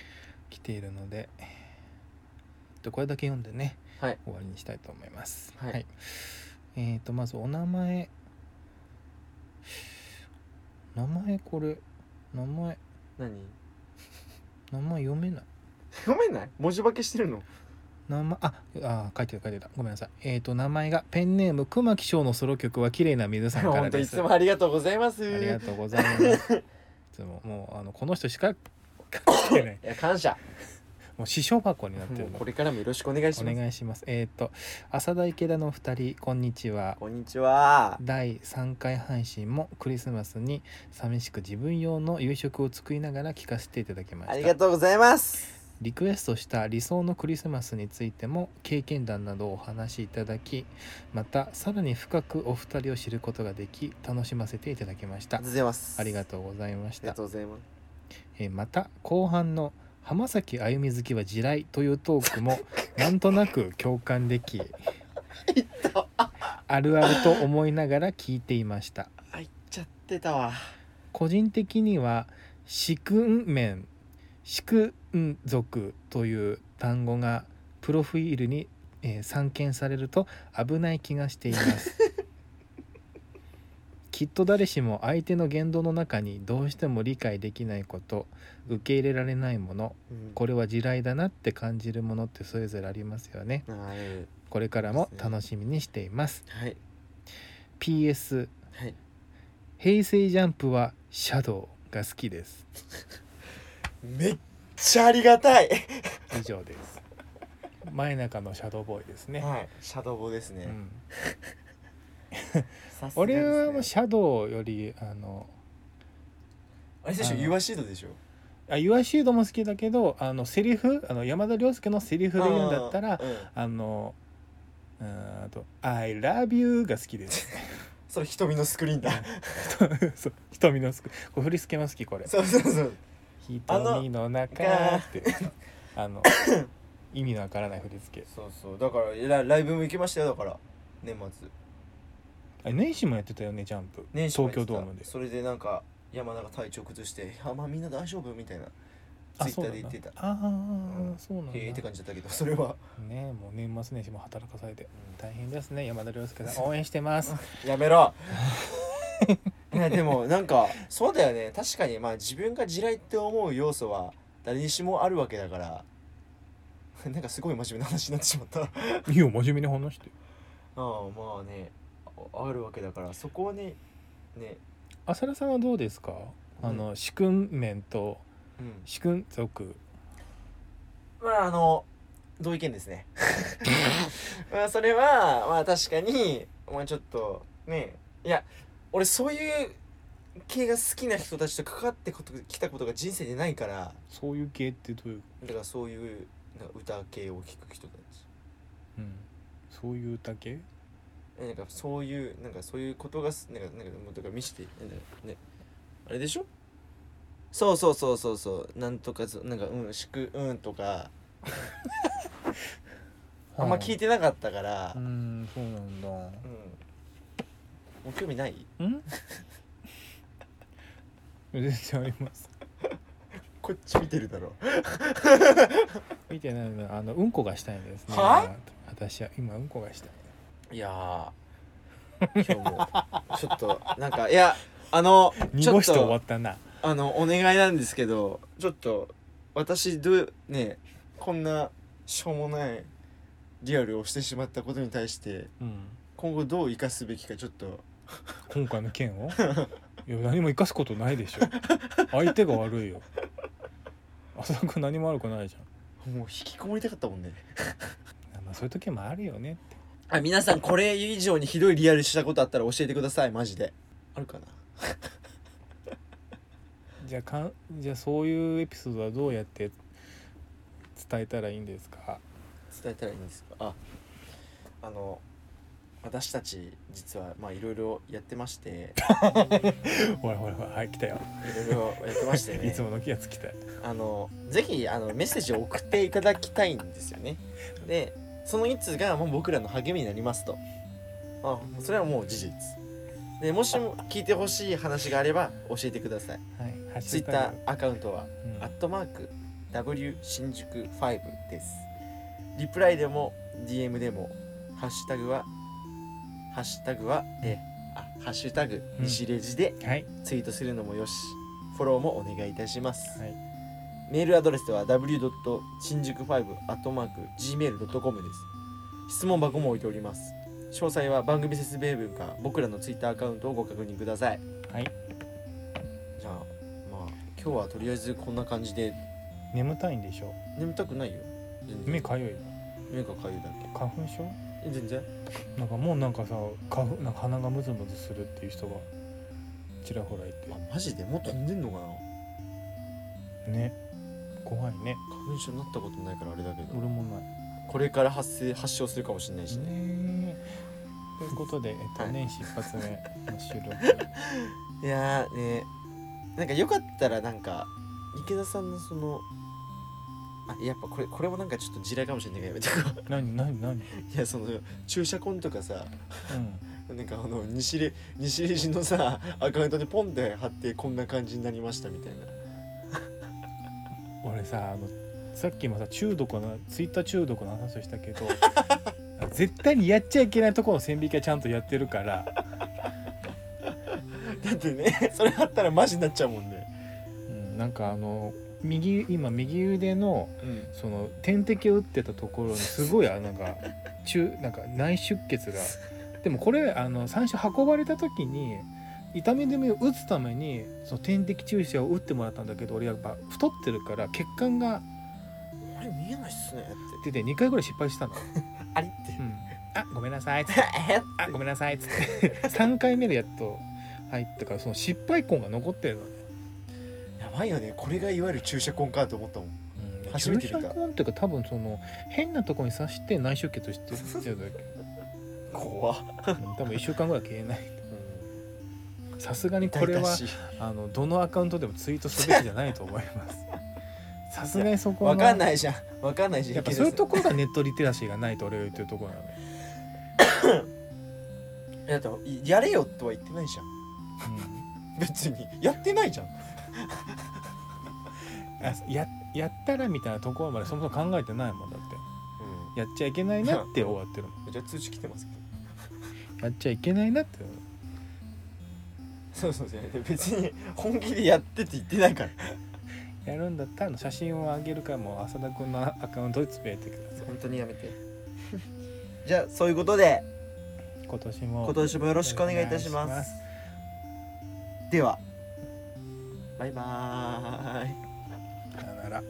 [SPEAKER 2] 来ているのでえっとこれだけ読んでね、
[SPEAKER 1] はい
[SPEAKER 2] 終わりにしたいと思います、
[SPEAKER 1] はい
[SPEAKER 2] えっ、とまずお名前名前これ名前
[SPEAKER 1] 何
[SPEAKER 2] 名前読めない
[SPEAKER 1] ごめんない文字化けしてるの
[SPEAKER 2] 名前ああ書いてた書いてたごめんなさいえっ、と名前がペンネーム熊木翔のソロ曲は綺麗な水さんから
[SPEAKER 1] 本当
[SPEAKER 2] で
[SPEAKER 1] い
[SPEAKER 2] す
[SPEAKER 1] つもありがとうございます
[SPEAKER 2] ありがとうございます。いつももうあのこの人しか書けない。
[SPEAKER 1] いや感謝
[SPEAKER 2] もう師匠箱になって
[SPEAKER 1] もう
[SPEAKER 2] るの
[SPEAKER 1] こ。れからもよろしくお願いし
[SPEAKER 2] お
[SPEAKER 1] ます
[SPEAKER 2] 願いします。えっ、と浅田池田のお二人こんにちは。
[SPEAKER 1] こんにちは
[SPEAKER 2] 第3回配信もクリスマスに寂しく自分用の夕食を作りながら聞かせていただきま
[SPEAKER 1] あり
[SPEAKER 2] し
[SPEAKER 1] が
[SPEAKER 2] た
[SPEAKER 1] とうございます
[SPEAKER 2] リクエストした理想のクリスマスについても経験談などをお話しいただきまたさらに深くお二人を知ることができ楽しませていただきまし
[SPEAKER 1] あ
[SPEAKER 2] た
[SPEAKER 1] りがとうございます
[SPEAKER 2] ありが
[SPEAKER 1] う
[SPEAKER 2] とうございまし
[SPEAKER 1] ありが
[SPEAKER 2] た
[SPEAKER 1] とうございます
[SPEAKER 2] えーまた後半の「浜崎あゆみ好きは地雷」というトークもなんとなく共感できあるあると思いながら聞いていました
[SPEAKER 1] あ行っちゃってたわ
[SPEAKER 2] 個人的には「四君面」「四君族」という単語がプロフィールに、えー散見されると危ない気がしていますきっと誰しも相手の言動の中にどうしても理解できないこと受け入れられないもの
[SPEAKER 1] うん
[SPEAKER 2] これは地雷だなって感じるものってそれぞれありますよね
[SPEAKER 1] はい
[SPEAKER 2] これからも楽しみにしています
[SPEAKER 1] はい
[SPEAKER 2] PS
[SPEAKER 1] はい
[SPEAKER 2] 平成ジャンプはシャドウが好きです
[SPEAKER 1] めっちゃありがたい
[SPEAKER 2] 以上 です前中のシャドウボーイですね、
[SPEAKER 1] はい、シャドーボーですね。
[SPEAKER 2] うん
[SPEAKER 1] さすがですね
[SPEAKER 2] 俺はもうシャドウよりあの
[SPEAKER 1] あれでし
[SPEAKER 2] あ
[SPEAKER 1] ょ
[SPEAKER 2] の
[SPEAKER 1] ユアシードでしょ
[SPEAKER 2] あユアシードも好きだけどあのセリフあの山田涼介のセリフで言うんだったら
[SPEAKER 1] あーうん
[SPEAKER 2] あのうーんあと「I love you」が好きです
[SPEAKER 1] それ瞳のスクリーンだ
[SPEAKER 2] そう瞳のすくこれ振り付けも好きこれ
[SPEAKER 1] そうそうそう
[SPEAKER 2] 「
[SPEAKER 1] あの
[SPEAKER 2] 瞳の中」ってあの意味のわからない振り付け
[SPEAKER 1] そうそうだからラライブも行きましたよだから年末
[SPEAKER 2] あ年始もやってたよねジャンプ
[SPEAKER 1] 年始も
[SPEAKER 2] 東
[SPEAKER 1] やって
[SPEAKER 2] 京
[SPEAKER 1] た
[SPEAKER 2] ドームで
[SPEAKER 1] それでなんか山田が体調崩して「あまあみんな大丈夫?」みたいな
[SPEAKER 2] あ
[SPEAKER 1] ツイッタ
[SPEAKER 2] そ
[SPEAKER 1] ー
[SPEAKER 2] うな
[SPEAKER 1] で
[SPEAKER 2] ん
[SPEAKER 1] 言
[SPEAKER 2] だ
[SPEAKER 1] ってた
[SPEAKER 2] あ
[SPEAKER 1] う
[SPEAKER 2] あ
[SPEAKER 1] ん
[SPEAKER 2] そうなんだ
[SPEAKER 1] へえって感じだったけどそれは
[SPEAKER 2] ねもう年末年始も働かされて大変ですね山田涼介さん応援してます
[SPEAKER 1] やめ ろいやでもなんかそうだよね確かにまあ自分が地雷って思う要素は誰にしもあるわけだから なんかすごい真面目な話になってしま ったあ
[SPEAKER 2] いいよ真面目に話して
[SPEAKER 1] あまあねああるわけだからそこはねね
[SPEAKER 2] 浅田さんはどうですか、あの主君面と
[SPEAKER 1] うん
[SPEAKER 2] 主君族
[SPEAKER 1] まああの同意見ですね まあそれはまあ確かにまあちょっとねいや俺そういう系が好きな人たちと関わってこときたことが人生でないから
[SPEAKER 2] そういう系ってどういう、
[SPEAKER 1] だからそういうなんか歌系を聴く人たち
[SPEAKER 2] うん、そういう歌系
[SPEAKER 1] えなんかそういうなんかそういうことがすなんかなんかもうだから見せてなんかねあれでしょそうそうそうそうそうなんとかぞなんかうんしくうんとかあんま聞い
[SPEAKER 2] て
[SPEAKER 1] てなかったから
[SPEAKER 2] う、んそうなんだ
[SPEAKER 1] うん、もう興味ない
[SPEAKER 2] うん 全然あります
[SPEAKER 1] こっち見てるだろ
[SPEAKER 2] 見てないのあのうんこがしたいですね
[SPEAKER 1] は
[SPEAKER 2] 私は今うんこがしたい
[SPEAKER 1] いやー今日 もちょっとなんかいやあのちょ
[SPEAKER 2] 濁
[SPEAKER 1] っ
[SPEAKER 2] して終わ
[SPEAKER 1] と
[SPEAKER 2] ったな
[SPEAKER 1] あのお願いなんですけどちょっと私どうねこんなしょうもないリアルをしてしまったことに対して
[SPEAKER 2] うん
[SPEAKER 1] 今後どう生かすべきかちょっと
[SPEAKER 2] 今回の件 をいや何も生かすことないでしょ相手が悪いよ浅田君何も悪くないじ
[SPEAKER 1] もう引きこもりたかったもんね
[SPEAKER 2] ゃん、まあ、そういう時もあるよねって
[SPEAKER 1] あ皆さんこれ以上にひどいリアルしたことあったら教えてくださいマジであるかな
[SPEAKER 2] じゃあかんじゃあそういうエピソードはどうやって伝えたらいいんです か
[SPEAKER 1] 伝えたらいいんですかああの私たち実はまあいろいろやってまして
[SPEAKER 2] ほらほらほらはい来たよ、
[SPEAKER 1] いろ いろやってましてね
[SPEAKER 2] いつものやつ来た
[SPEAKER 1] あのぜひあのメッセージを送っていただきたいんですよねでその一通がもう僕らの励みになりますとあそれはもう事実でもしも聞いてほしい話があれば教えてください
[SPEAKER 2] はいハッ
[SPEAKER 1] ツイ
[SPEAKER 2] シ
[SPEAKER 1] ッ
[SPEAKER 2] ュ
[SPEAKER 1] ター
[SPEAKER 2] タ
[SPEAKER 1] アカウントは
[SPEAKER 2] グ
[SPEAKER 1] アットマーク W 新宿5ですリプライでも DM でもハッシュタグはハッシュタグはえあハッシュタグ
[SPEAKER 2] うん
[SPEAKER 1] 西レジで
[SPEAKER 2] うんはい
[SPEAKER 1] ツイートするのもよしフォローもお願いいたします、
[SPEAKER 2] はい
[SPEAKER 1] メールアドレスは w. 新宿 5-gmail.com です。質問箱も置いております。詳細は番組説明文か僕らのツイッターアカウントをご確認ください。
[SPEAKER 2] はい
[SPEAKER 1] じゃあ、まあ、今日はとりあえずこんな感じで、
[SPEAKER 2] 眠たいんでしょ
[SPEAKER 1] 眠たくないよ。全然
[SPEAKER 2] 目かゆい
[SPEAKER 1] 目がかゆいだけ。
[SPEAKER 2] 花粉症
[SPEAKER 1] え全然
[SPEAKER 2] なんかもうなんかさ花粉なんか鼻がムズムズするっていう人がちらほらいて
[SPEAKER 1] あ、マジでもう飛んでんのかな
[SPEAKER 2] ね怖いね
[SPEAKER 1] 花粉症になったことないからあれだけど、
[SPEAKER 2] 俺もない
[SPEAKER 1] これから発生、発症するかもしれないしね。
[SPEAKER 2] ねということで、えっと、
[SPEAKER 1] はい
[SPEAKER 2] 年始一発目の収 録
[SPEAKER 1] いやーねなんかよかったらなんか池田さんのそのあやっぱこれこれもなんかちょっと地雷かもしれないからやめとこ
[SPEAKER 2] 何何何
[SPEAKER 1] う いやその注射痕とかさ
[SPEAKER 2] うん
[SPEAKER 1] なんかあの西レ西レジのさアカウントでポンって貼ってこんな感じになりましたみたいな
[SPEAKER 2] 俺さあのさっきもさ中毒のツイッター中毒の話をした けど絶対にやっちゃいけないところの線引きはちゃんとやってるから、
[SPEAKER 1] だってねそれ貼ったらマジになっちゃうもんね
[SPEAKER 2] うん、なんかあの右今右腕の
[SPEAKER 1] うん
[SPEAKER 2] その点滴を打ってたところにすごいあなんか中なんか内出血がでもこれあの最初運ばれた時に痛み止めを打つためにその点滴注射を打ってもらったんだけど俺やっぱ太ってるから血管が
[SPEAKER 1] あれ見えないっすねって
[SPEAKER 2] 出て2回ぐらい失敗したの、
[SPEAKER 1] あれって
[SPEAKER 2] うんあごめんなさい」つって
[SPEAKER 1] えっ
[SPEAKER 2] 「あごめんなさい」 つって3回目でやっと入ったからその失敗痕が残ってるのね、
[SPEAKER 1] やばいよねこれがいわゆる注射痕かと思ったもん
[SPEAKER 2] うん、
[SPEAKER 1] 初めて見た
[SPEAKER 2] 注射痕っていうか多分その変なとこに刺して内出血してるっていうだけ
[SPEAKER 1] 怖っ、
[SPEAKER 2] うん多分1週間ぐらい消えないさすがにこ
[SPEAKER 1] 痛
[SPEAKER 2] れは
[SPEAKER 1] 々しい
[SPEAKER 2] あのどのアカウントでもツイートすべきじゃないと思い ますさすがにそこは
[SPEAKER 1] わかんないじゃんわかんないじゃん
[SPEAKER 2] やっぱそういうところがネットリテラシーがないと俺は言ってるところなのよ、
[SPEAKER 1] だってやれよとは言ってないじゃん別にやってないじゃん
[SPEAKER 2] うん、あややったらみたいなところまでそもそも考えてないもんだってやっちゃいけないなって終わってるもん
[SPEAKER 1] じゃあ通知来てますけど
[SPEAKER 2] やっちゃいけないなって
[SPEAKER 1] そうそうそう別に本気でやってって言ってないから
[SPEAKER 2] やるんだったらあの写真をあげるからもう浅田君のアカウントでつぶやいてください
[SPEAKER 1] 本当にやめて じゃあそういうことで
[SPEAKER 2] 今年も
[SPEAKER 1] 今年もよろしくお願いいたします
[SPEAKER 2] お願いし
[SPEAKER 1] ではバイバーイ
[SPEAKER 2] ますさよなら